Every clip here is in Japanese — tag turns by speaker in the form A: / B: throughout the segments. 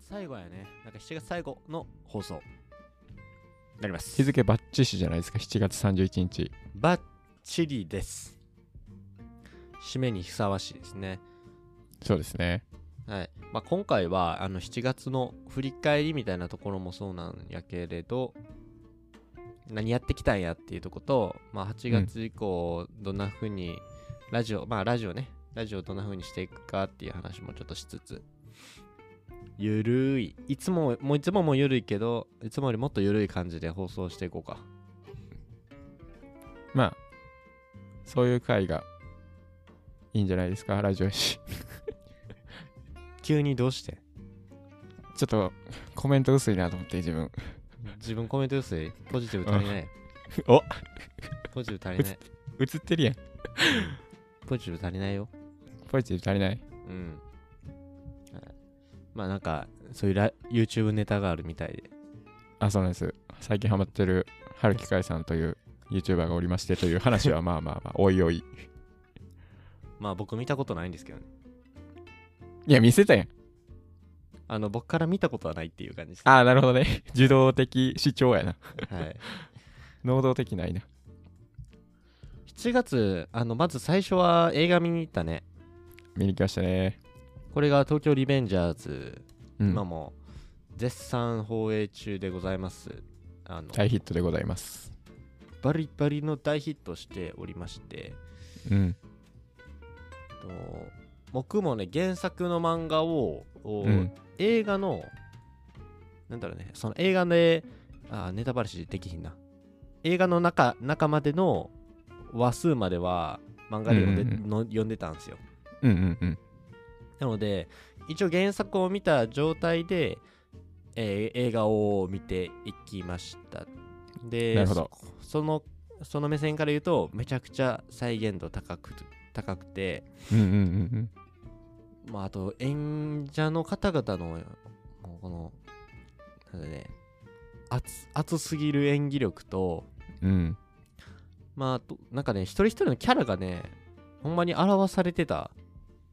A: 最後やねなんか7月最後の放送になります
B: 日付バッチシじゃないですか7月31日
A: バッチリです締めにふさわしいですね
B: そうですね
A: はいまあ、今回はあの7月の振り返りみたいなところもそうなんやけれど何やってきたんやっていうとこと、まあ、8月以降どんな風にラジオ、まあラジオねラジオどんな風にしていくかっていう話もちょっとしつつゆるいいつももういつももうゆるいけどいつもよりもっとゆるい感じで放送していこうか
B: まあそういう回がいいんじゃないですかラジオやし
A: 急にどうして
B: ちょっとコメント薄いなと思って自分
A: 自分コメント薄いポジティブ足りない
B: お
A: ポジティブ足りない
B: 映ってるやん
A: ポジティブ足りないよ
B: ポジティブ足りない
A: うん。まあなんか、そういうラ YouTube ネタがあるみたいで。
B: あそうなんです最近ハマってる春樹海さんという YouTuber がおりましてという話は まあまあまあおいおい
A: まあ僕見たことないんですけどね。
B: いや見せたやん
A: あの、僕から見たことはないっていう感じです。
B: ああなるほどね受動的主張やな
A: はい。
B: 能動的ないな
A: 7月、あの、まず最初は映画見に行ったね。
B: 見に来ましたね
A: これが東京リベンジャーズ、
B: うん
A: 今も絶賛放映中でございます。あの、
B: 大ヒットでございます
A: バリバリの大ヒットしておりまして、
B: うん
A: と僕もね、原作の漫画を、を
B: うん
A: 映画のなんだろうねその映画であーネタバラシできひんな映画の中中までの話数までは漫画で読んで,、
B: うんうんう
A: の読んでたんですよ
B: うんうんうん
A: なので一応原作を見た状態で、えー映画を見ていきましたで
B: なるほど
A: そそのその目線から言うとめちゃくちゃ再現度高く高くて
B: うんうんうん
A: まあ、あと演者の方々のもうこのなんだね熱熱すぎる演技力と
B: うんうん
A: まああとなんかね一人一人のキャラがねほんまに表されてた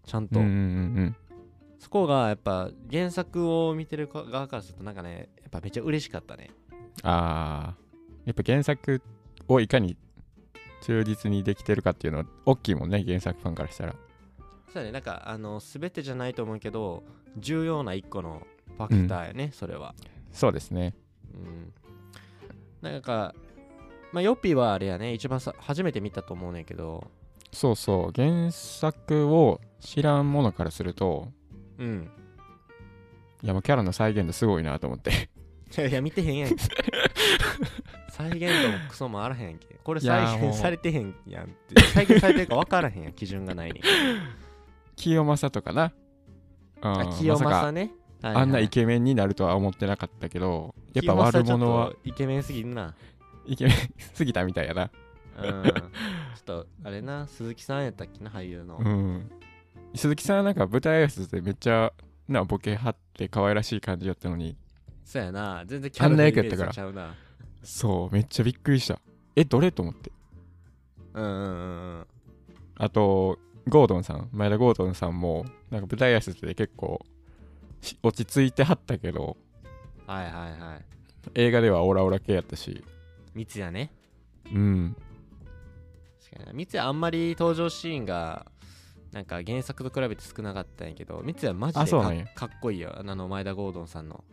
A: ちゃんと、
B: うんうんうん
A: そこがやっぱ原作を見てる側からするとなんかねやっぱめっちゃ嬉しかったね
B: あーやっぱ原作をいかに忠実にできてるかっていうのは大きいもんね原作ファンからしたら
A: そうだねなんかあの全てじゃないと思うけど重要な一個のファクターやね、それは
B: そうですね
A: うん、なんか、まあ、ヨッピーはあれやね一番さ初めて見たと思うねんけど
B: そうそう原作を知らんものからすると
A: うん
B: いやもうキャラの再現度すごいなと思って
A: い やいや見てへんやんけ再現度もクソもあらへんやんけこれ
B: いやー
A: 再
B: もう
A: 現されてへんやんって再現されてるか分からへんやん基準がないに
B: 清正とかなあ
A: あ
B: ー
A: 清
B: まさ
A: 正
B: か
A: ね、はいはい
B: あんなイケメンになるとは思ってなかったけどやっぱ
A: 清正
B: 悪者は
A: ちょっとイケメンすぎんな
B: イケメン すぎたみたいやな
A: うん ちょっとあれな鈴木さんやったっけな俳優の、
B: うん、鈴木さんはなんか舞台挨拶でめっちゃなボケ張って可愛らしい感じやったのに
A: そうやな全然キャラのイメージとちゃうな
B: そうめっちゃびっくりしたえどれと思って
A: うんうんうんうん
B: あとゴードンさん前田ゴードンさんもなんか舞台挨拶で結構し落ち着いてはったけど
A: はいはいはい
B: 映画ではオラオラ系やったし
A: 三ツ矢ね
B: うん
A: 確かにな三ツ矢あんまり登場シーンがなんか原作と比べて少なかったんやけど三ツ矢マジ
B: あ
A: で
B: そう
A: か
B: なんや
A: かっこいいよあの前田ゴードンさんの、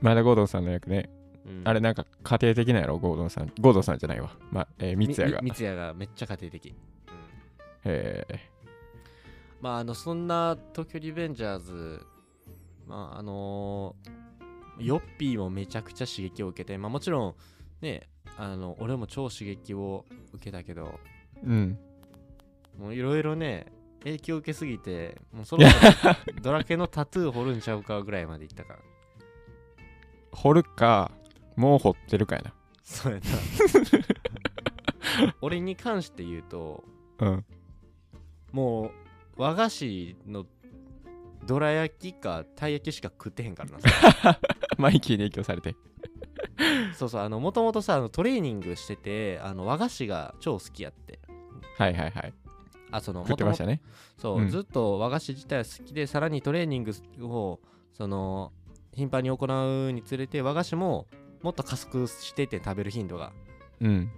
B: 前田ゴードンさんの役ね、
A: うん
B: あれなんか家庭的なんやろゴードンさんゴードンさんじゃないわ、まえー、三
A: み
B: ツ矢が
A: み三ツ矢がめっちゃ家庭的、うん
B: え
A: まああのそんな東京リベンジャーズまああのーヨッピーもめちゃくちゃ刺激を受けてまあもちろんねあの俺も超刺激を受けたけど
B: ーうん
A: もういろいろね影響受けすぎてもうそろそ ろドラケのタトゥー掘るんちゃうかぐらいまでいったから
B: 掘るかもう掘ってるかや
A: そうや な俺に関して言うと
B: なうん
A: もう和菓子のどら焼きかたい焼きしか食ってへんからな
B: マイキーに影響されて
A: そうそうあのもともとさあのトレーニングしててあの和菓子が超好きやって
B: はいはいはい
A: あその
B: 食ってましたね
A: 元々そう、
B: うん
A: ずっと和菓子自体は好きでさらにトレーニングをその頻繁に行うにつれて和菓子ももっと加速してて食べる頻度が
B: うん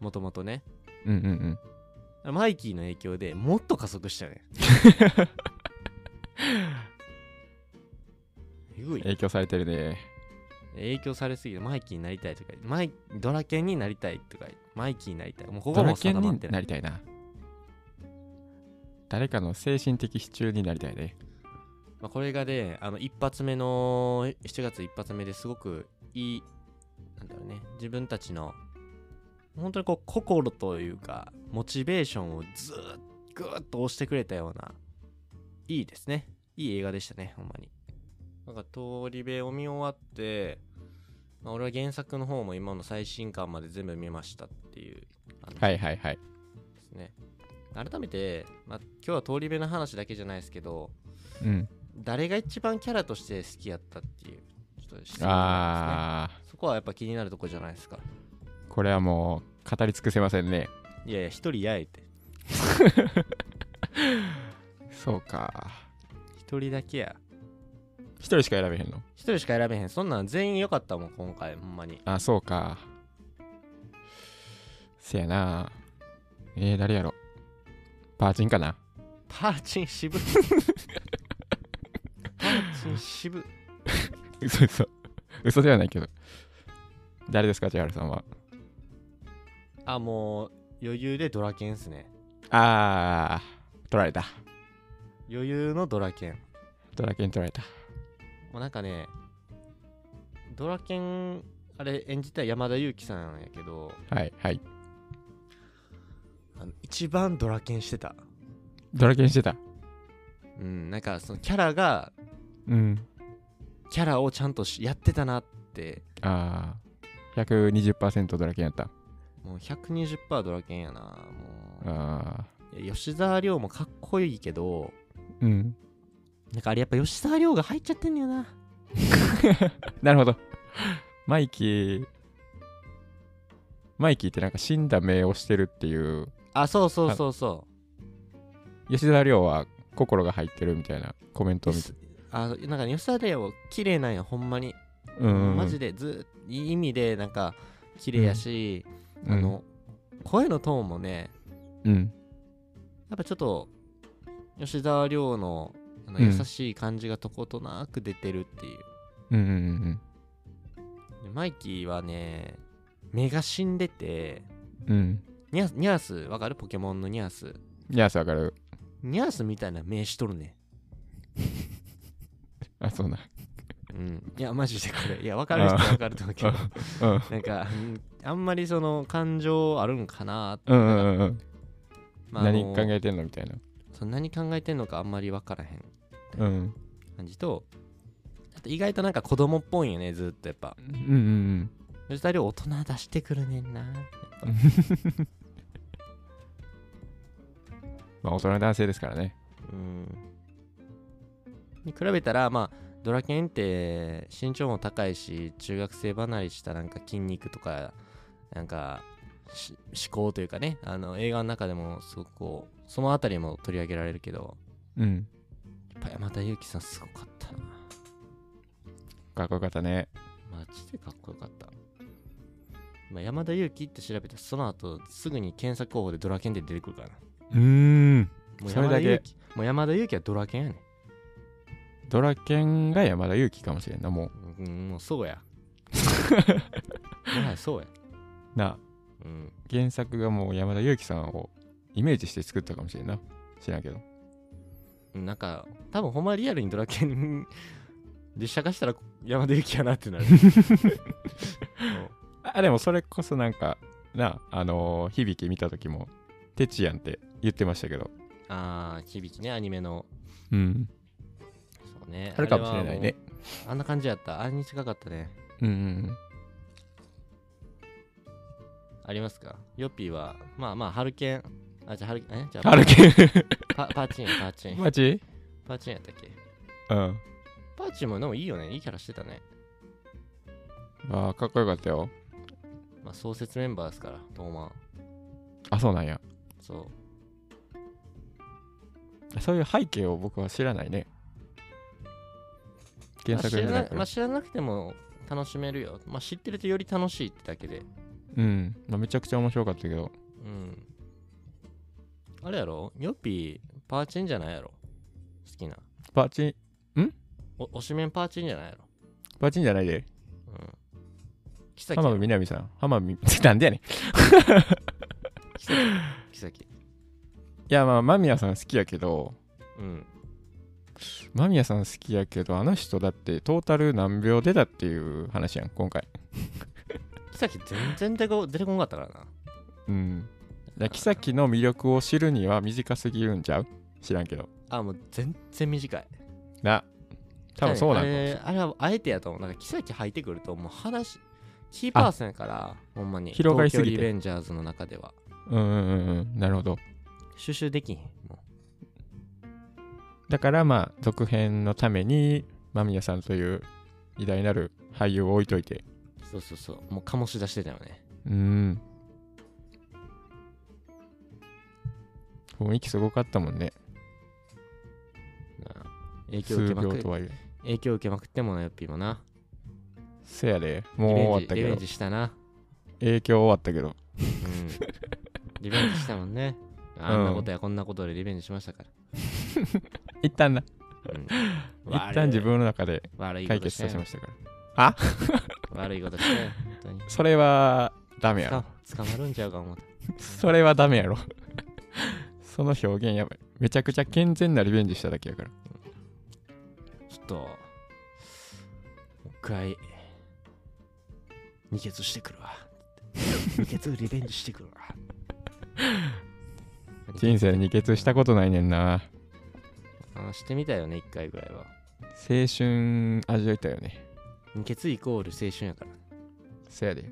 A: もともとね
B: うんうんうん
A: マイキーの影響でもっと加速したねえぐい
B: 影響されてるね
A: 影響されすぎてマイキーになりたいとかマイドラケンになりたいとかマイキーになりたいもうここは
B: ド
A: も
B: ラ
A: う
B: ケ
A: 定
B: ン
A: まっ
B: に
A: てな
B: ないりたいな誰かの精神的支柱になりたいね
A: まあ、これがねあの一発目の7月一発目ですごくいいなんだろうね自分たちの本当にこう心というかモチベーションをずーっとぐーっと押してくれたようないいですねいい映画でしたねほんまになんか通り部を見終わって、まあ、俺は原作の方も今の最新刊まで全部見ましたっていうはい
B: はいはいはい
A: ですね改めて、まあ、今日は通り部の話だけじゃないですけど
B: うん
A: 誰が一番キャラとして好きやったっていうちょっと質問なん
B: あ
A: ですねそこはやっぱ気になるとこじゃないですか
B: ーこれはもう語り尽くせませんね
A: いやいや一人やえて
B: そうか
A: 一人だけや
B: 一人しか選べへんの
A: 一人しか選べへんそんなん全員良かったもん今回ほんまに
B: あそうかせやなえー、誰やろパーチンかな
A: パーチン渋パーチン渋
B: 嘘嘘嘘ではないけど誰ですか千春さんは
A: あもう余裕でドラケンっすね
B: あー取られた
A: 余裕のドラケン
B: ドラケン取られた
A: もうなんかねドラケンあれ演じた山田裕貴さんやけど
B: はいはい
A: あの一番ドラケンしてた
B: ドラケンしてた
A: うんなんかそのキャラが
B: うん
A: キャラをちゃんとしやってたなって
B: ああ120%ドラケンやった
A: もう120%ドラケンやなも
B: あ
A: ういや吉沢亮もかっこいいけど
B: ーうん
A: なんかあれやっぱ吉沢亮が入っちゃってんのよな
B: なるほど マイキーマイキーってなんか死んだ目をしてるっていう
A: あそうそうそうそ
B: 吉田亮は心が入ってるみたいなコメント
A: う
B: を見
A: 吉
B: て
A: あなんかね吉沢亮綺麗なんやほんまに、
B: うん
A: マジでずいい意味でなんか綺麗やし、あの、声のトーンもね
B: うん
A: やっぱちょっと吉沢亮のあの
B: うん
A: 優しい感じがとことなく出てるっていう、
B: うんうんうん
A: でマイキーはね目が死んでて
B: うんうん
A: ニャニャースわかるポケモンのニャース
B: いやわかる
A: ニャースみたいな目しとるね
B: あそうな
A: うんいやマジでこれいやわかる人はわかると思うけど
B: うん
A: なんかうんあんまりその感情あるんかなって、
B: うんうんうん
A: まあ、あ
B: 何
A: の
B: 考えてんのみたいな
A: そう何考えてんのかあんまりわからへん
B: うん
A: 感じとあと意外となんか子供っぽいよねずっとやっぱ
B: うんうん
A: 吉沢亮大人出してくるねんなやっぱ
B: まあ大人の男性ですからね
A: うんに比べたらまあドラケンって身長も高いし中学生離れしたなんか筋肉とかなんかし思考というかねあの映画の中でもすごくこうその辺りも取り上げられるけど
B: うん
A: やっぱ山田裕貴さんすごかったな
B: かっこよかったね
A: マジでかっこよかった、まあ、山田裕貴って調べたらその後すぐに検索候補でドラケンって出てくるからな
B: うーん
A: もう
B: それだ
A: 山田
B: け
A: 裕貴もう山田裕貴はドラケンやね
B: ドラケンが山田裕貴かもしれんなも
A: んうんもうそう やもはやそうや
B: うな
A: うん、
B: 原作がもう山田裕貴さんをイメージして作ったかもしれんな知らんけど
A: なんか多分ほんまリアルにドラケン実写化したら山田裕貴やなって なる
B: あでもそれこそなんかなあのー響き見た時も「てちやん」って言ってましたけど
A: ああ響きねアニメの
B: うん
A: そうね
B: あるかもしれな
A: あ
B: いね
A: れはもうあんな感じやったあれに近かったね
B: うんうん
A: ありますかヨッピーはまあまあハルケンあじゃあハルケンえじゃあ
B: あるけ
A: パパーチンやパーチ ン
B: マジ
A: パーチンやったっけ
B: うん
A: パーチンもでもいいよねいいキャラしてたね
B: あーかっこよかったよ
A: まあ創設メンバーですからトーマン
B: あそうなんや
A: そう
B: そういう背景を僕は知らないね原作読んで
A: まあ
B: な
A: 知ら
B: いか
A: なま
B: ら
A: あ、知らなくても楽しめるよ、まあ、知ってるとより楽しいってだけで
B: うん、まあ、めちゃくちゃ面白かったけど
A: うんあれやろヨッピーパーチンじゃないやろ好きな
B: パチン
A: おおしめんパーチンじゃないやろ
B: パチンじゃないで
A: うんキサキ
B: 浜辺美波 さん浜辺美なんでやねんい
A: キサキキサキ
B: やまあ間宮さん好きやけど
A: うん
B: 間宮さん好きやけどあの人だってトータル何秒出たっていう話やん今回
A: キサキ全然出てこ出てこんかったからな
B: うんだキサキの魅力を知るには短すぎるんちゃう知らんけど
A: あもう全然短い
B: な多分そう
A: あ
B: なんかもしれん
A: れあれはあえてやと思うなんかキサキ入ってくるともう話キーパーソンやからほんまに
B: 広がりすぎて
A: 東京リベンジャーズの中では
B: うんうんうんうんなるほど
A: 収集できひんも
B: だからまあ続編のために間宮さんという偉大なる俳優を置いといて
A: うそうそうそうもう醸し出してたよね
B: うん雰囲気すごかったもんね
A: な影響受
B: 数
A: けま
B: 秒
A: く
B: とはいえ
A: 影響受けまくってもなよっぴーもな
B: せやで
A: リ
B: もう
A: ベ
B: 終わ
A: ン
B: っ
A: ジ
B: た
A: リ
B: け
A: ベ
B: ど
A: ンジしたな
B: 影響終わったけど
A: うんリベンジしたもんねあんなことやこんなことでリベンジしましたか
B: 一旦な
A: ら、うん、
B: 一旦自分の中で
A: 悪い悪い
B: 解
A: こと
B: 決
A: し
B: さ
A: て
B: せましたから
A: 悪いことして 本当に
B: それはダメやろ
A: つか捕まるんちゃうか思った
B: それはダメやろ その表現やばいめちゃくちゃ健全なリベンジしただけやから
A: ちょっと、もう一回、二血してくるわ。二血リベンジしてくるわ。
B: 人生に決したことないねんな
A: あしてみたよね、一回ぐらいは。
B: 青春味わいたよね
A: 二血イコール青春やから。
B: せやで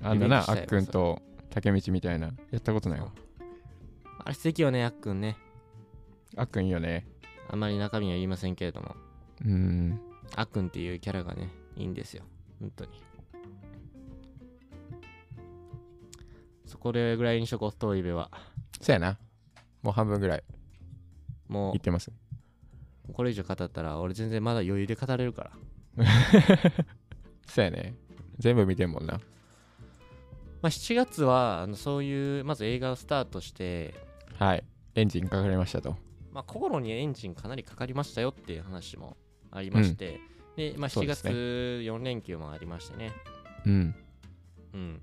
A: うん、
B: あんだな
A: リ
B: あ
A: ベンジしたい
B: っ
A: わ
B: くん。と竹道みたいなやったこと
A: そ
B: な
A: う
B: いわ
A: あれ素敵よね、あっくんね。
B: あっくんいいよね
A: あんまり中身は言いませんけれども、
B: うーん
A: あっくんっていうキャラがね、いいんですよ。本当に。そこでぐらいにしとこう、遠い目は。
B: せやなもう半分ぐらい
A: もう
B: いってます
A: これ以上語ったら俺全然まだ余裕で語れるから
B: せやね全部見てんもんな
A: まあ7月はあのそういうまず映画をスタートして
B: はいエンジンかかりましたと
A: まあ心にエンジンかなりかかりましたよっていう話もありまして、でまあ
B: そう
A: 7
B: です
A: 月
B: ね
A: 4連休もありましてね
B: うん
A: うん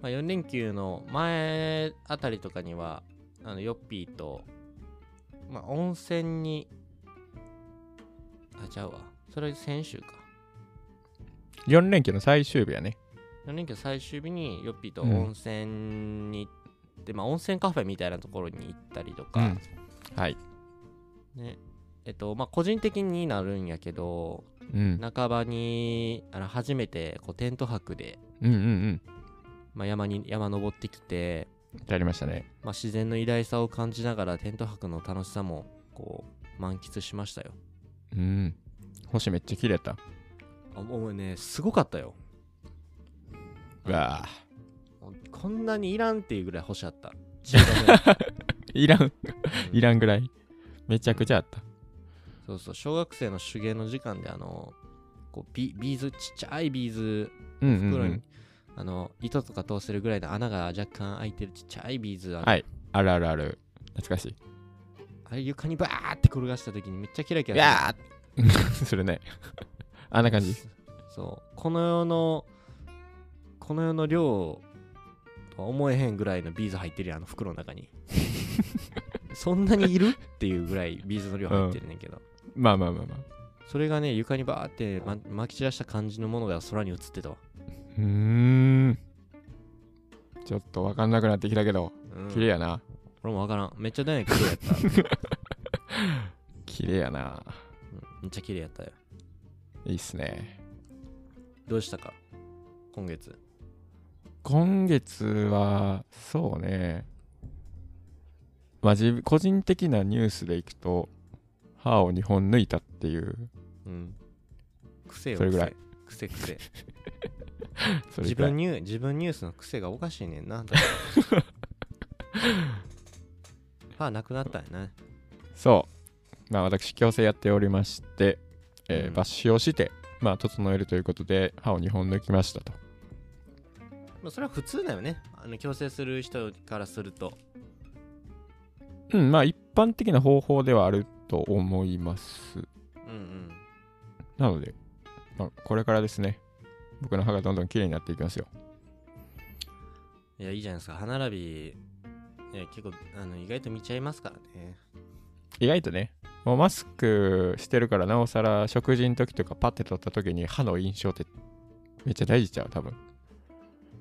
A: まあ4連休の前あたりとかにはあのヨッピーとまあ温泉にあちゃうわそれ先週か
B: 4連休の最終日やね
A: 4連休最終日にヨッピーと
B: うん
A: 温泉に行って、まあ温泉カフェみたいなところに行ったりとか、
B: はい
A: ねえっとまあ個人的になるんやけど
B: うん
A: 半ばにあの初めてこうテント泊で、
B: うんうん
A: まあ、山に山登ってきて、
B: うんやりましたね
A: まあ、自然の偉大さを感じながらテント泊の楽しさもこう満喫しましたよ
B: うん星めっちゃ綺麗やった
A: あもうねすごかったよ
B: うわあ
A: もうこんなにいらんっていうぐらい星あ った15ぐらい
B: いらん
A: うん
B: いらんぐらいめちゃくちゃあった
A: そうそう小学生の手芸の時間であのこうビビーズちっちゃいビーズ
B: うんうん、う
A: 袋に、
B: ん、
A: あの糸とか通せるぐらいの穴が若干開いてるちっちゃいビーズあの
B: はいあるあるある懐かしい
A: あれ床にバーって転がした時にめっちゃキラキ
B: い
A: ラ
B: や ーするねあんな感じ
A: そうこの世のこの世の量とは思えへんぐらいのビーズ入ってるやんあの袋の中 にそんなにいるっていうぐらいビーズの量入ってるねんけど、
B: まあまあまあまあ
A: それがね床にバーって、ま、撒き散らした感じのものが空に映ってたわ、
B: うーんちょっとわかんなくなってきたけど
A: うん
B: 綺麗やな
A: 俺もわからんめっちゃダイヤ綺麗やっ た、
B: 綺麗やな
A: うんめっちゃ綺麗やったよ
B: いいっすね
A: どうしたか今月
B: 今月はそうねまあ自分個人的なニュースでいくと歯を2本抜いたっていう
A: うん癖よ
B: それぐらい
A: 癖癖癖
B: それ
A: 自
B: くらい
A: 分ニュー自分ニュースの癖がおかしいねん なだから歯なくなったんやな
B: そうまあ私矯正やっておりましてえー
A: うん
B: 抜歯をして、まあ、整えるということで歯を2本抜きましたと。
A: まあ、それは普通だよねあの矯正する人からすると
B: うん、まあ一般的な方法ではあると思います。
A: うんうん
B: なので、まあ、これからですね、僕の歯がどんどん綺麗になっていきますよ。
A: いやいいじゃないですか歯並びいや結構あの意外と見ちゃいますからね
B: 意外とね、もうマスクしてるからなおさら食事の時とかパッて取った時に歯の印象ってめっちゃ大事ちゃう、多分。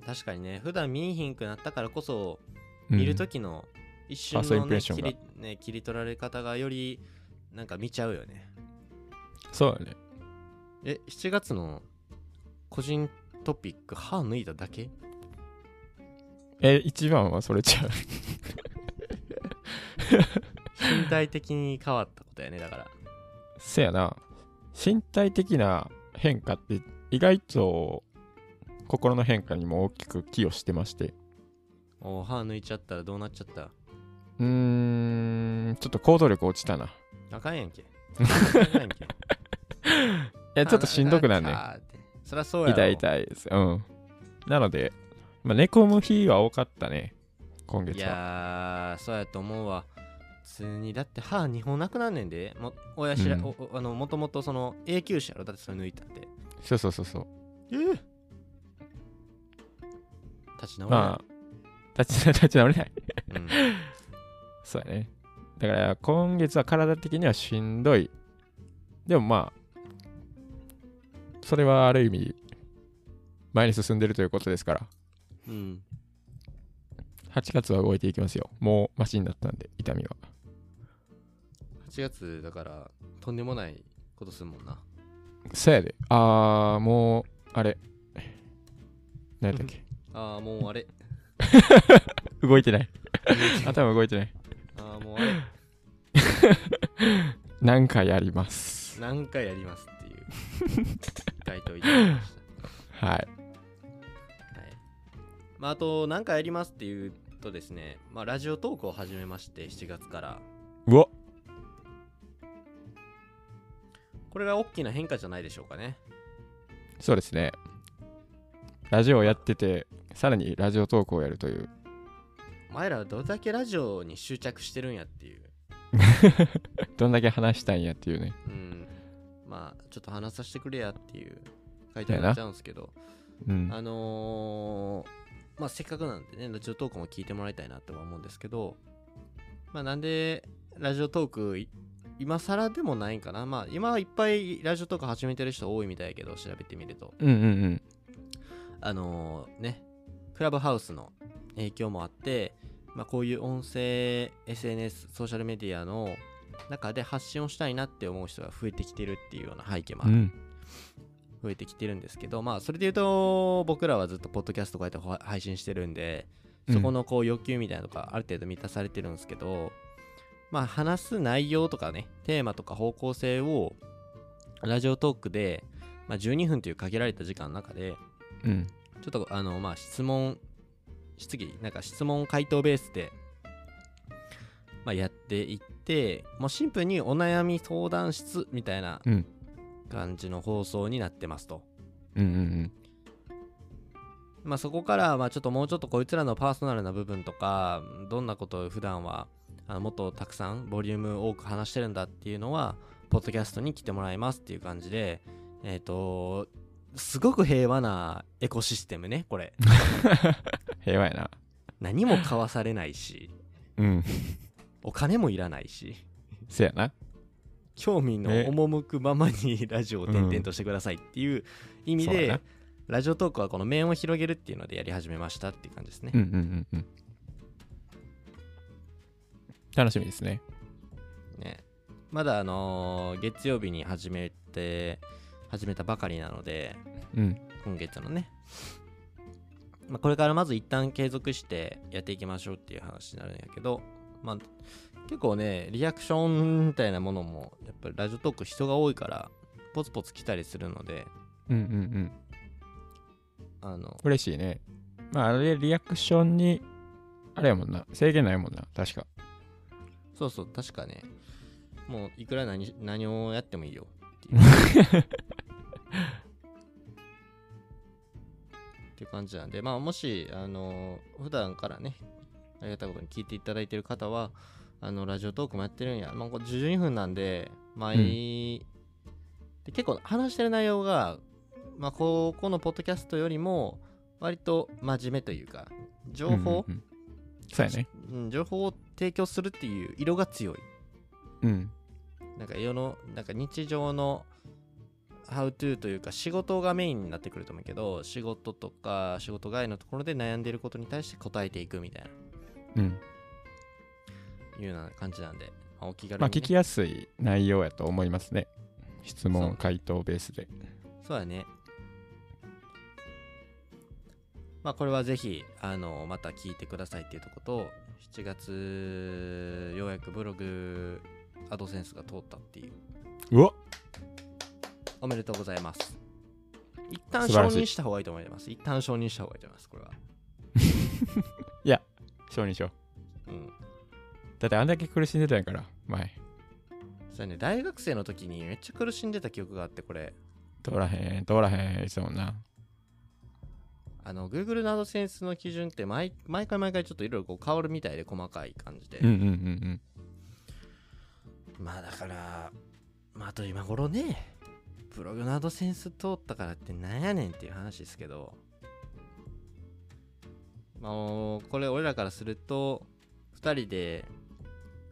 A: 確かにね普段見えひんくなったからこそ
B: うん
A: 見る時の一瞬
B: ファーストイ
A: の、
B: ンプレ
A: ね
B: ッション
A: 切
B: が
A: りね切り取られ方がよりなんか見ちゃうよね
B: そうだね。
A: え7月の個人トピック歯抜いただけ
B: え、一番はそれちゃう。
A: 身体的に変わったことやねだから
B: せやな、身体的な変化って意外と心の変化にも大きく寄与してまして。
A: お歯抜いちゃったらどうなっちゃった
B: うーん、ちょっと行動力落ちたな。
A: あかんやんけあかんやんけ
B: え、ちょっとしんどくなんね
A: あ
B: ん。
A: かんかーってそりゃそうやろ
B: 痛い痛いです。うん。なので、まあ、寝込む日は多かったね、今
A: い
B: 月は。
A: やーそうやと思うわ普通にだって歯2本なくなんねんでも親知ら、
B: うん
A: おおあのもともとその永久歯やろだってそれ抜いたって
B: そうそうそうそう。
A: えー、立ち直る、
B: まあ、立ち立ち直れない。
A: うん、
B: そうやね。だから、今月は体的にはしんどい。でもまあ、それはある意味、前に進んでるということですから、
A: うん、
B: 8月は動いていきますよ。もうマシになったんで、痛みは。
A: 8月だからとんでもないことするもんな
B: そうやで。あー、もう、あれ。何やったっけ
A: ああもうあれ
B: 動いてない。 頭動いてない。
A: ああもうあれ
B: 何回やります。
A: 何回やりますっていう 回答いただきまし
B: はい。
A: た、はいまあ、あと何回やりますっていうとですね、まあ、ラジオトークを始めまして7月から
B: うわ
A: これが大きな変化じゃないでしょうかね
B: そうですね。ラジオをやってて、さらにラジオトークをやるという。
A: お前らはどれだけラジオに執着してるんやっていう
B: どんだけ話したいんやっていうね。
A: うんまあちょっと話させてくれやっていう回答になっちゃうんですけど
B: うん。
A: あのーまあせっかくなんでねラジオトークも聞いてもらいたいなとは思うんですけどまあなんでラジオトークい今更でもないんかなまあ今はいっぱいラジオトーク始めてる人多いみたいやけど調べてみると
B: うんうんうん。
A: あのーねクラブハウスの影響もあって、まあ、こういう音声 SNS ソーシャルメディアの中で発信をしたいなって思う人が増えてきてるっていうような背景もある
B: うん。
A: 増えてきてるんですけど、まあそれで言うと僕らはずっとポッドキャストこうやってほ配信してるんでそこのこう要求みたいなのがある程度満たされてるんですけど、まあ話す内容とかねテーマとか方向性をラジオトークで、まあ、12分という限られた時間の中で
B: うん。
A: ちょっとあのまあ質問質疑なんか質問回答ベースで、まあ、やっていってもうシンプルにお悩み相談室みたいな
B: うん
A: 感じの放送になってますと、
B: うんうんうん。
A: まあ、そこからまあちょっともうちょっとこいつらのパーソナルな部分とかどんなことを普段はあのもっとたくさんボリューム多く話してるんだっていうのはポッドキャストに来てもらいますっていう感じでえっ、とすごく平和なエコシステムねこ れ
B: 平和やな。
A: 何も交わされないし
B: うん。
A: お金もいらないし
B: せやな。
A: 興味の
B: ね
A: 赴くままにラジオを転々としてくださいっていう意味
B: そう
A: で、
B: だな
A: ラジオトークはこの面を広げるっていうのでやり始めましたっていう感じですね、
B: うんうんうんうん。楽しみですね。
A: ねまだあのー月曜日に始めて始めたばかりなので
B: うん。
A: 今月のね、まあ、これからまず一旦継続してやっていきましょうっていう話になるんやけどまあ結構ねリアクションみたいなものもやっぱりラジオトーク人が多いからポツポツ来たりするので
B: うんうんうん。
A: あの
B: 嬉しいね。まあ、あれ、リアクションに、あれやもんな。制限ないもんな。確か。
A: そうそう、確かね。もういくら何何をやってもいいよ。っていうっていう感じなんでまあもしあの普段からねありがたいことに聞いていただいてる方はあのラジオトークもやってるんや、まあ、これ12分なんで毎、で結構話してる内容が、まあ、ここのポッドキャストよりも割と真面目というか情報、
B: うんうんうんそうやね
A: うん、情報を提供するっていう色が強い
B: うん
A: なんか世のなんか日常の How to というか仕事がメインになってくると思うけど仕事とか仕事外のところで悩んでることに対して答えていくみたいな
B: うん
A: いうような感じなんで、まあ、お気軽に、ね
B: まあ聞きやすい内容やと思いますね質
A: そう
B: 問回答ベースで
A: そうだねまあこれはぜひあのまた聞いてくださいっていうとこと7月ようやくブログアドセンスが通ったっていう
B: うわ
A: おめでとうございます。一旦承
B: 素晴らしい
A: 認した方がいいと思います。一旦承認した方がいいと思います、これは。
B: 承認しよう
A: うん。
B: だってあんだけ苦しんでたんやから前
A: それね、大学生の時にめっちゃ苦しんでた記憶があって、これ、
B: 通らへん通らへんいつもんな
A: あの、Google などセンスの基準って毎、毎回毎回ちょっといろいろこう変わるみたいで、細かい感じで。
B: うんうんうん
A: まあだから、まああと今頃ね、ブログのアドセンス通ったからってなんやねんっていう話ですけど、まあもうこれ俺らからすると、2人で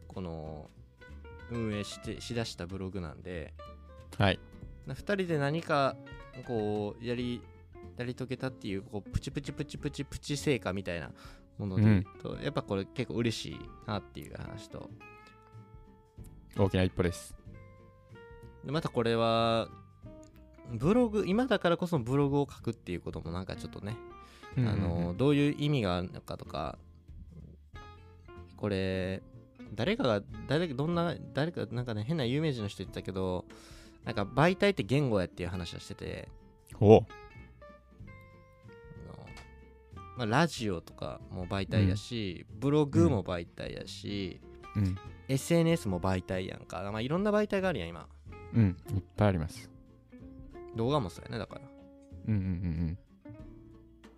A: この運営してしだしたブログなんで、
B: うんはい
A: 2人で何かこうやり、やり遂げたっていうこうプチプチプチプチプチ成果みたいなもので言うと、やっぱこれ結構嬉しいなっていう話と、
B: 大きな一歩です
A: でまたこれはブログ今だからこそブログを書くっていうこともなんかちょっとね、あのどういう意味があるのかとかこれ誰かが誰どんな誰かなんかね変な有名人の人言ってたけどなんか媒体って言語やっていう話をしててあ
B: お
A: のまあ、ラジオとかも媒体やし、ブログも媒体やし、
B: うん、
A: SNS も媒体やんか、まあ、いろんな媒体があるやん今
B: うん、いっぱいあります
A: 動画もそうやねだから
B: うんうん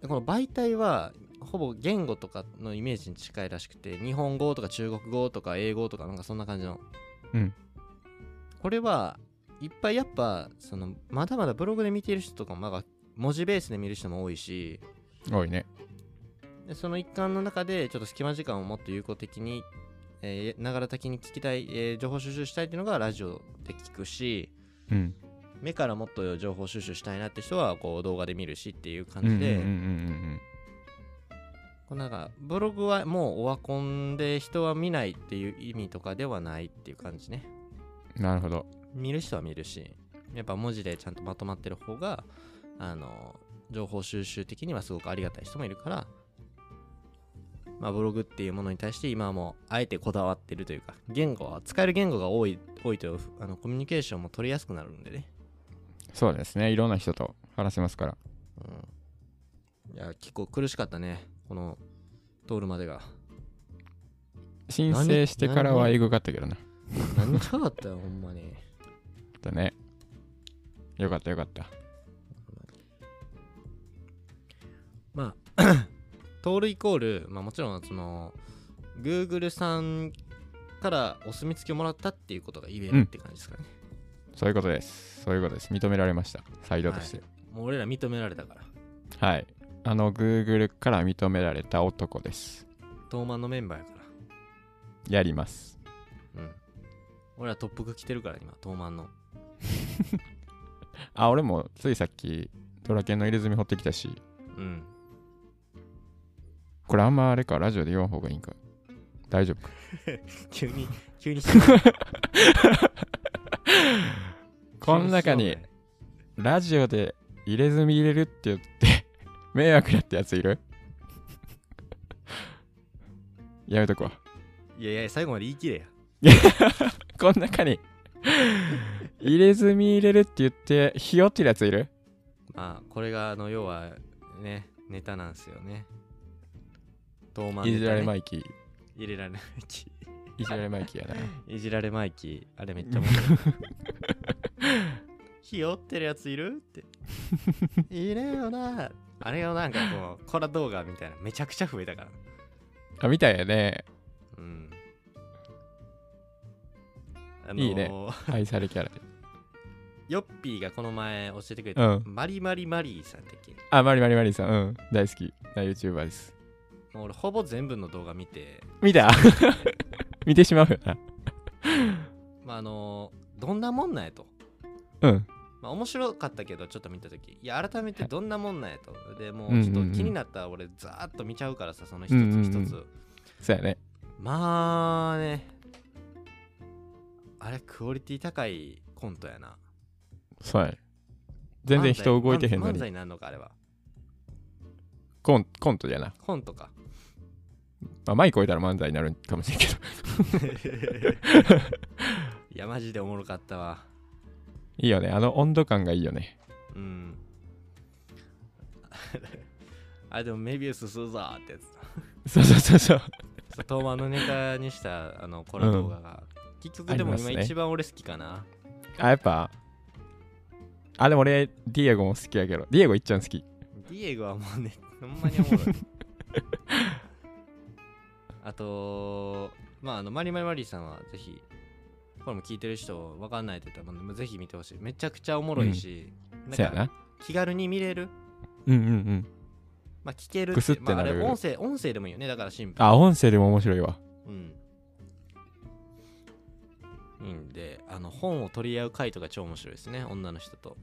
A: でこの媒体はほぼ言語とかのイメージに近いらしくて日本語とか中国語とか英語とかなんかそんな感じの、
B: うん
A: これはいっぱいやっぱそのまだまだブログで見ている人とかもまだ文字ベースで見る人も多いし
B: うんうん多いね
A: でその一環の中でちょっと隙間時間をもっと有効的にえーながら的に聞きたい、えー情報収集したいっていうのがラジオで聞くし
B: うん
A: 目からもっと情報収集したいなって人はこう動画で見るしっていう感
B: うんう
A: じ
B: んうんう
A: で、
B: ん
A: こうなんかブログはもうオワコンで人は見ないっていう意味とかではないっていう感じね
B: うんなるほど
A: 見る人は見るしやっぱ文字でちゃんとまとまってる方があの情報収集的にはすごくありがたい人もいるからまあブログっていうものに対して今はもうあえてこだわってるというか言語は使える言語が多い多いとあのコミュニケーションも取りやすくなるんでね
B: そうですねいろんな人と話せますから
A: うんいや結構苦しかったねこの通るまでが
B: 申請してからは英語があったけどな
A: 何ちゃかったよほんまに
B: だねよかったよかった
A: まあ、盗塁イコール、まあ、もちろんその Google さんからお墨付きをもらったっていうことが言えるって感じですかね、
B: そういうことですそういうことです認められました裁量として
A: もう俺ら認められたから
B: はい、あの Google から認められた男です
A: 東マンのメンバーやか
B: やります
A: らうん俺らトップ服着てるから今東マンの
B: あ俺もついさっきドラケンの入れ墨掘ってきたし
A: うん
B: これあんまあれかラジオで言わん方がいいんか大丈夫か
A: 急に急に
B: この中にラジオで入れ墨入れるって言って 迷惑やったやついる やめとくわ
A: いやいや最後まで言い切れや
B: この中に入れ墨入れるって言ってひよってるやついる
A: まあこれがあの要はねネタなんですよね東マン
B: いじられ
A: マイ
B: マイキー
A: 入れられない
B: いじられマイキーやな
A: いじられマイキーあれめっちゃ面白いひよってるやついるっ て。いるよな。あれをなんかこう、コラ動画みたいな、めちゃくちゃ増えたから。
B: あ、みたいやね。
A: うん。あ
B: いいね愛されキャラ。
A: ヨッピーがこの前教えてくれた、
B: うん
A: マリマリマリーさんだっけ
B: あ、マリマリマリーさん。うん。大好きな YouTuber です。
A: もう俺ほぼ全部の動画見て、
B: 見た 見てしまうよな。
A: まああのどんなもんなんやと、
B: うん。
A: まあ、面白かったけどちょっと見た時いや改めてどんなもんなんやとでもう
B: うんうん
A: ちょ
B: う
A: っ
B: ん
A: と気になったら俺ザーッと見ちゃうからさその一
B: うんうんうん
A: つ一つ、
B: そうやね。
A: まあねあれクオリティ高いコントやな
B: そうやね。全然人動いてへんの
A: 漫才漫
B: に。
A: 才になるのかあれは
B: コンコントじゃな。
A: コントか
B: まあ、前超えたら漫才になるかもしれんけど。
A: いやマジでおもろかったわ
B: いいよね。あの温度感がいいよね。
A: うん あれでもメビウスするぞーってや つ
B: そうそうそうそう。
A: そう遠間のネタにしたあのコラ動画が、結局でも
B: あります
A: 今
B: ね
A: 一番俺好きかな、
B: あ、やっぱ。あ、でも俺、ディエゴも好きやけど。ディエゴいっちゃん好き。
A: ディエゴはもうね ほんまにおも ろいあとまああのマリマリマリーさんはぜひこれも聞いてる人わかんないって言ったらもうぜひ見てほしいめちゃくちゃおもろいし、なん
B: そうや
A: か
B: な。
A: 気軽に見れる
B: うんうんうん。
A: まあ聞ける
B: くすって
A: まあ、あ
B: な
A: れ
B: る
A: 音声音声でもいいよねだからシンプル
B: あ、音声でも面白いわ。
A: うんいいんであの本を取り合う回とか超面白いですね女の人と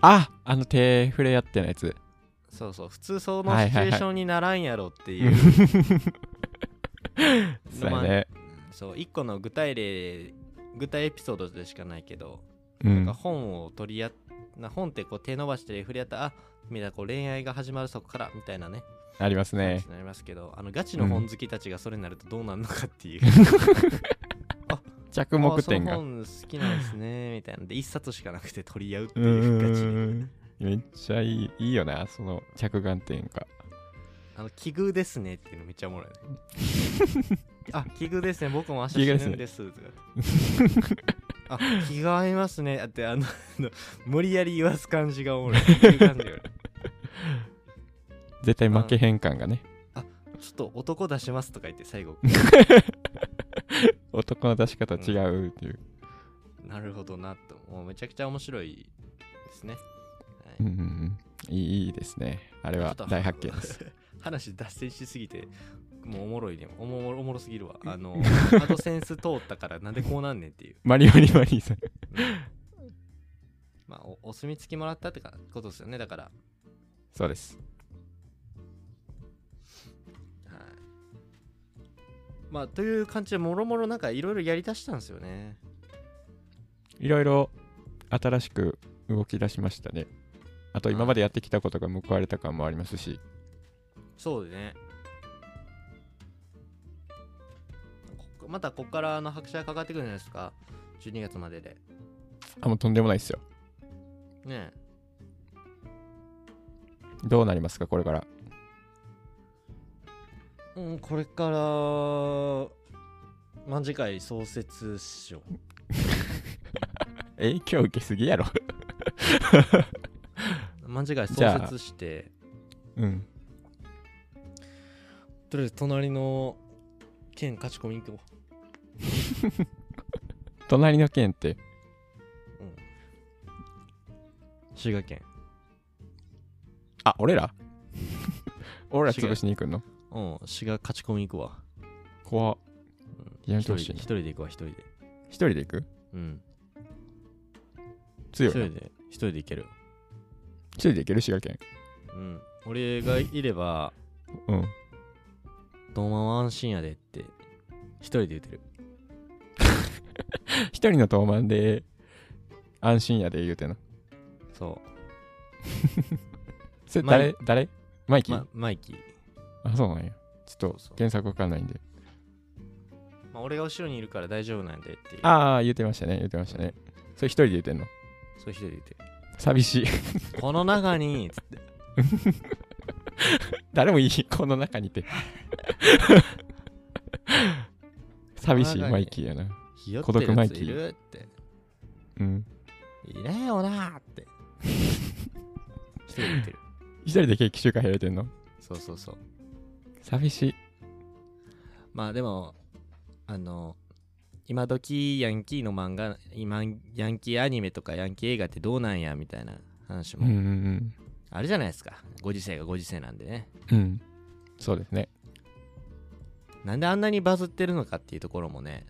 B: ああの手触れ合ってのやつ。
A: そうそう普通その
B: はい
A: シチ
B: はいは
A: ュエ
B: い
A: ーションにならんやろって いう、
B: そうやね。
A: そう一個の具体例具体エピソードでしかないけど、
B: う
A: なんか
B: ん。
A: 本を取り合っな本ってこう手伸ばして振り合ったあみんなこう恋愛が始まるそこからみたいなね
B: あります
A: 感
B: ね
A: じ。になりますけどあのガチの本好きたちがそれになるとどうなるのかっていう、
B: 着目点
A: あ
B: が
A: そ。の本好きなんですねみたいなんで一冊しかなくて取り合うって
B: う
A: い
B: んうん
A: う
B: う
A: ガチ
B: んう
A: で
B: んめっちゃいいいいよな、その着眼点が。
A: あの奇遇ですねっていうのめっちゃおも ろいねあ奇遇ですね僕も明日死ぬんです とかあ気が合いますねってあの あの無理やり言わす感じがお もろいっていう感じよ
B: 絶対負けへん感がね。
A: ちょっと男出しますとか言って最後
B: 男の出し方違うっていう。
A: なるほどなともうめちゃくちゃ面白いですね、はい
B: うんうんうん。いいいいですね。あれは
A: ちょっと
B: 大発見です。
A: 話脱線しすぎてもうおもろいねおもおもろすぎるわあのアドセンス通ったからなんでこうなんねんっていう
B: マリマリマリーさん。
A: まあおお墨付きもらったってかことですよねだから
B: そうです。
A: はい。まあ、という感じで、もろもろなんかいろいろやりだしたんですよね。
B: いろいろ新しく動き出しましたね。あと今までやってきたことが報われた感もありますし。
A: そうでね。こまたここからあの拍車がかかってくるじゃないですか。12月までで。
B: あ、もうとんでもないですよ。
A: ねえ
B: どうなりますか、これから。
A: うん、これから、万次会創設しよう。
B: 影響受けすぎやろ。
A: 万次会創設して、
B: うん。
A: とりあえず隣の県勝ち込み行こ
B: 隣の県って
A: う。うん。滋賀県。
B: あ俺 ら俺ら潰しに行くの
A: うん、滋賀勝ち込み行くわ。
B: 怖っやめてほしい
A: 一人
B: な
A: 一人で行くわ、一人で。
B: 一人で行く
A: うん。
B: 強い
A: 一
B: な
A: 人で、一人で行ける。
B: 一人で行ける滋賀県
A: うん。俺がいれば、
B: うん
A: どうも安心やでって、一人で言ってる。
B: 一人の当番で安心やで言うてな
A: そ
B: それ
A: マイ
B: 誰誰マイ
A: う。
B: キー、
A: ま、マイキー。
B: あそうなんやち
A: そ
B: ょっ
A: う
B: と
A: そう
B: 検索わかんないんで
A: まあ、俺が後ろにいるから大丈夫なんでっていう。
B: ああ言うてましたね言うてましたねそれ一人で言うてんの
A: そう一人で言ってる。
B: 寂しい
A: この中に、 つって。
B: 誰もいいこの中にいて 寂しい
A: この中に
B: マイキーやな
A: ひよっ
B: 孤
A: て
B: 独
A: る
B: マ
A: や
B: イ
A: つ
B: キー
A: いるって。
B: うん。
A: いないよなーって 一人で言ってる
B: 一人でケーキ中華開いてんの
A: そうそうそう
B: 寂しい。
A: まあでもあの今時ヤンキーの漫画今ヤンキーアニメとかヤンキー映画ってどうなんやみたいな話
B: う
A: も、
B: んうん
A: あるじゃないですかご時世がご時世なんでね
B: うん。うん。そうですね。
A: なんであんなにバズってるのかっていうところもね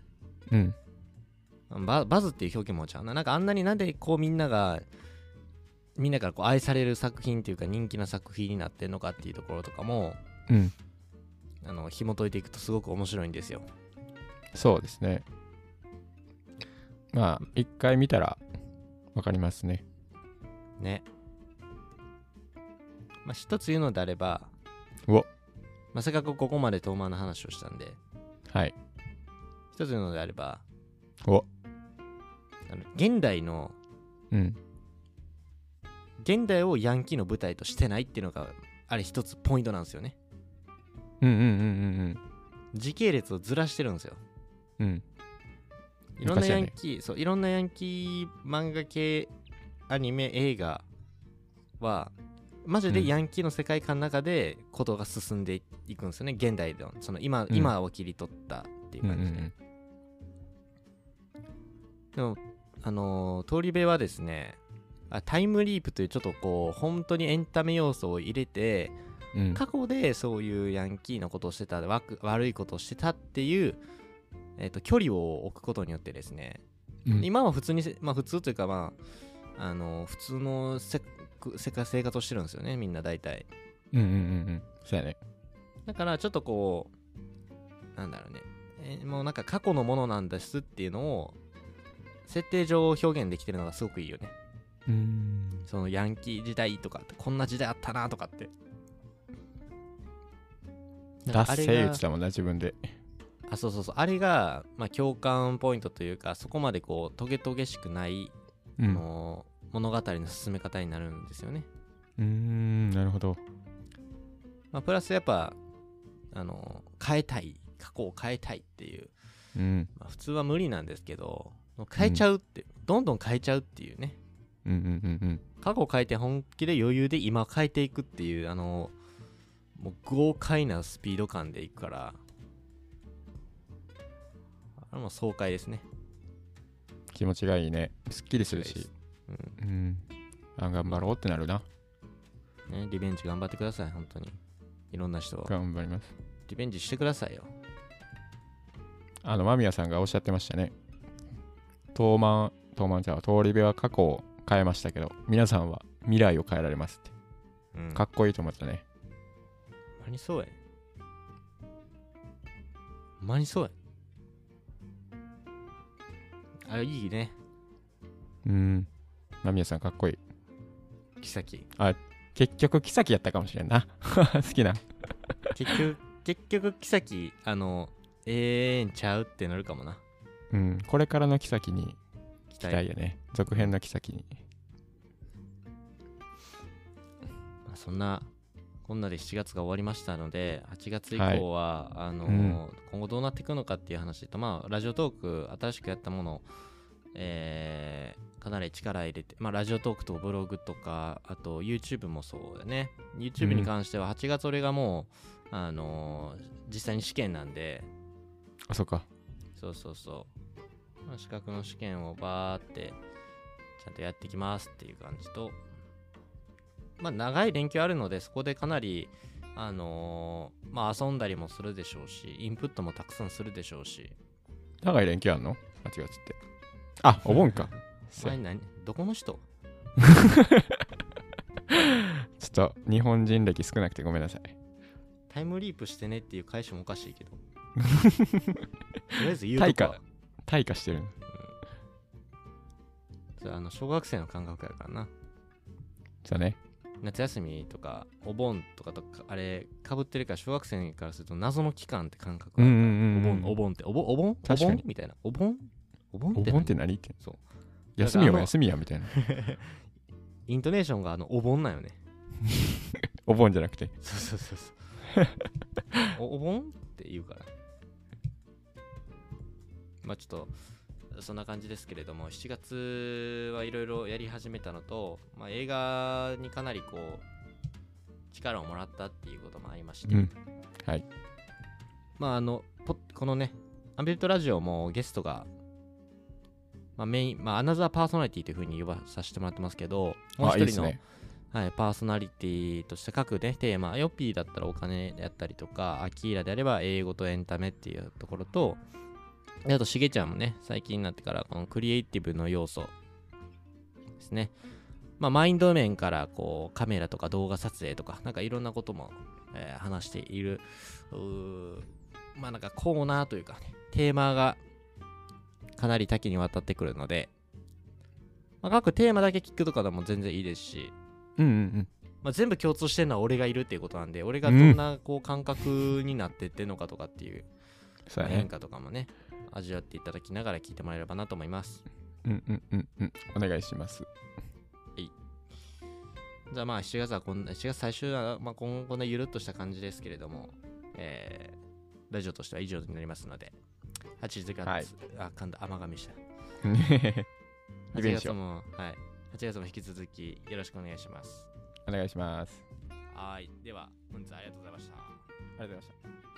B: うん。
A: ババズっていう表現もちゃうななんかあんなになんでこうみんながみんなからこう愛される作品っていうか人気な作品になってるのかっていうところとかも
B: うん。
A: あの紐解いていくとすごく面白いんですよ
B: そうですね。まあ、一回見たらわかりますね。
A: ねまあ一つ言うのであれば
B: うお
A: まあせっかくここまで遠間の話をしたんで
B: はい。
A: 一つ言うのであれば
B: お
A: あの現代の
B: うん。
A: 現代をヤンキーの舞台としてないっていうのがあれ一つポイントなんですよね
B: うんうんうん
A: 時系列をずらしてるんですよ
B: うんうん。うん。
A: いろんな
B: 昔は
A: ヤ
B: ね
A: ンキー、そういろんなヤンキー漫画系アニメ映画はマジ
B: う
A: で
B: ん
A: ヤンキーの世界観の中でことが進んでいくんですよね、現代のその今,、
B: うん
A: 今を切り取ったっていう
B: うんう
A: 感
B: んう
A: じで、
B: ん。
A: でもあのー通り部はですねあタイムリープというちょっとこう本当にエンタメ要素を入れて
B: うん
A: 過去でそういうヤンキーのことをしてたわく悪いことをしてたっていう、えっと距離を置くことによってですね
B: うん
A: 今は普通にせ、まあ、普通というか、まあ、あの普通のせ世界生活をしてるんですよねみんな大体
B: うんうんうんうん。そうやね。
A: だからちょっとこうなんだろうね、えーもうなんか過去のものなんですっていうのを設定上表現できてるのがすごくいいよね
B: うん。
A: そのヤンキー時代とかってこんな時代あったなとかってなんかあ
B: 達
A: れ
B: 成打
A: が
B: ちだもんな、自分で。
A: あそうそうそうあれが、まあ、共感ポイントというかそこまでこうトゲトゲしくない、
B: う
A: あ
B: ん。
A: の物語の進め方になるんですよね
B: うん、なるほど。
A: まあ、プラスやっぱあの変えたい過去を変えたいっていう、
B: うん。
A: まあ、普通は無理なんですけど変えちゃうって、どんどん変えちゃうっていうね
B: うんうんうん
A: 過去を変えて本気で余裕で今を変えていくっていうあのもう豪快なスピード感でいくからあれも爽快ですね
B: うん。気持ちがいいね。すっきりするし。うん。あ、頑張ろうってなるな。
A: ね、リベンジ頑張ってください本当にいろんな人を
B: 頑張ります。
A: リベンジしてくださいよ
B: あの、間宮さんがおっしゃってましたね。東満、東満ちゃんは、通り部は過去を変えましたけど、皆さんは未来を変えられますって。
A: うん
B: かっこいいと思ったね。
A: ほんまにそうやねほんまにそうやあいいね
B: うん。間宮さんかっこいい。
A: キサキ
B: 結局、キサキやったかもしれんな。 好きな。
A: 結局結局キサキあのええんちゃうってなるかもな
B: うん。これからのキサキに
A: 期
B: 期待やね。続編のキサキに。
A: まあそんなこんなで7月が終わりましたので8月以
B: はい
A: 降は、あの
B: うん
A: 今後どうなっていくのかっていう話とまあラジオトーク新しくやったものえーかなり力入れて、まあ、ラジオトークとブログとかあと YouTube もそうだね YouTube に関しては8月俺がもう、あの実際に試験なんで
B: あ、そうか。
A: そうそうそう、まあ、資格の試験をバーってちゃんとやってきますっていう感じとまあ長い連休あるのでそこでかなりあのーまあ遊んだりもするでしょうしインプットもたくさんするでしょうし
B: 長い連休あんの ?8 月って。あ、お盆か。そう
A: 前
B: や
A: 何どこの人
B: ちょっと日本人歴少なくてごめんなさい。
A: タイムリープしてねっていう返しもおかしい けどとりあえず言う
B: 対
A: とこ
B: 価
A: は、
B: 退化してるの。
A: それあの小学生の感覚やからな
B: そうね。
A: 夏休みとかお盆とかとかあれかぶってるから小学生からすると謎の期間って感覚
B: う
A: あ
B: ん
A: る
B: う
A: から
B: ん
A: お盆
B: うんうん。
A: お盆ってお盆お盆お
B: 確かに
A: 盆みたいなお盆お盆っ
B: お
A: て
B: 盆って
A: 何
B: 何って。
A: そう
B: 休み
A: だからあの
B: よ休みやみたいな。
A: イントネーションがあのお盆なんよね
B: お盆じゃなくて。
A: そうそうそう そうおお盆って言うからまあちょっとそんな感じですけれども7月はいろいろやり始めたのと、まあ、映画にかなりこう力をもらったっていうこともありまして、
B: うん。はい。
A: まああのポッこのねアンビルトラジオもゲストが、まあ、メイン、まあ、アナザーパーソナリティというふうに呼ばさせてもらってますけどもう
B: あ、いい
A: 一
B: です
A: 人の
B: ね。
A: はい、パーソナリティとして各ねテーマヨッピーだったらお金であったりとかアキーラであれば英語とエンタメっていうところとであとしげちゃんもね最近になってからこのクリエイティブの要素ですねまあマインド面からこうカメラとか動画撮影とかなんかいろんなことも、えー話しているうーまあなんかコーナーというかねテーマがかなり多岐にわたってくるので、まあ、各テーマだけ聞くとかでも全然いいですし
B: うんうん
A: まあ、全部共通してるのは俺がいるっていうことなんで俺がどんなこう感覚になってってんのかとかっていう
B: うん。そうや
A: 変
B: ね。
A: 化とかもね味わっていただきながら聞いてもらえればなと思います
B: うんうんうんうん。お願いします。
A: じゃあまあ7月はこんな7月最終はまあこんこんなゆるっとした感じですけれども、えーラジオとしては以上になりますので8月、
B: はい
A: あ噛んだ甘噛みした8
B: リベンジ
A: 月
B: を
A: もはい8月も引き続きよろしくお願いします
B: お願いします。
A: はいでは本日はありがとうございました
B: ありがとうございました。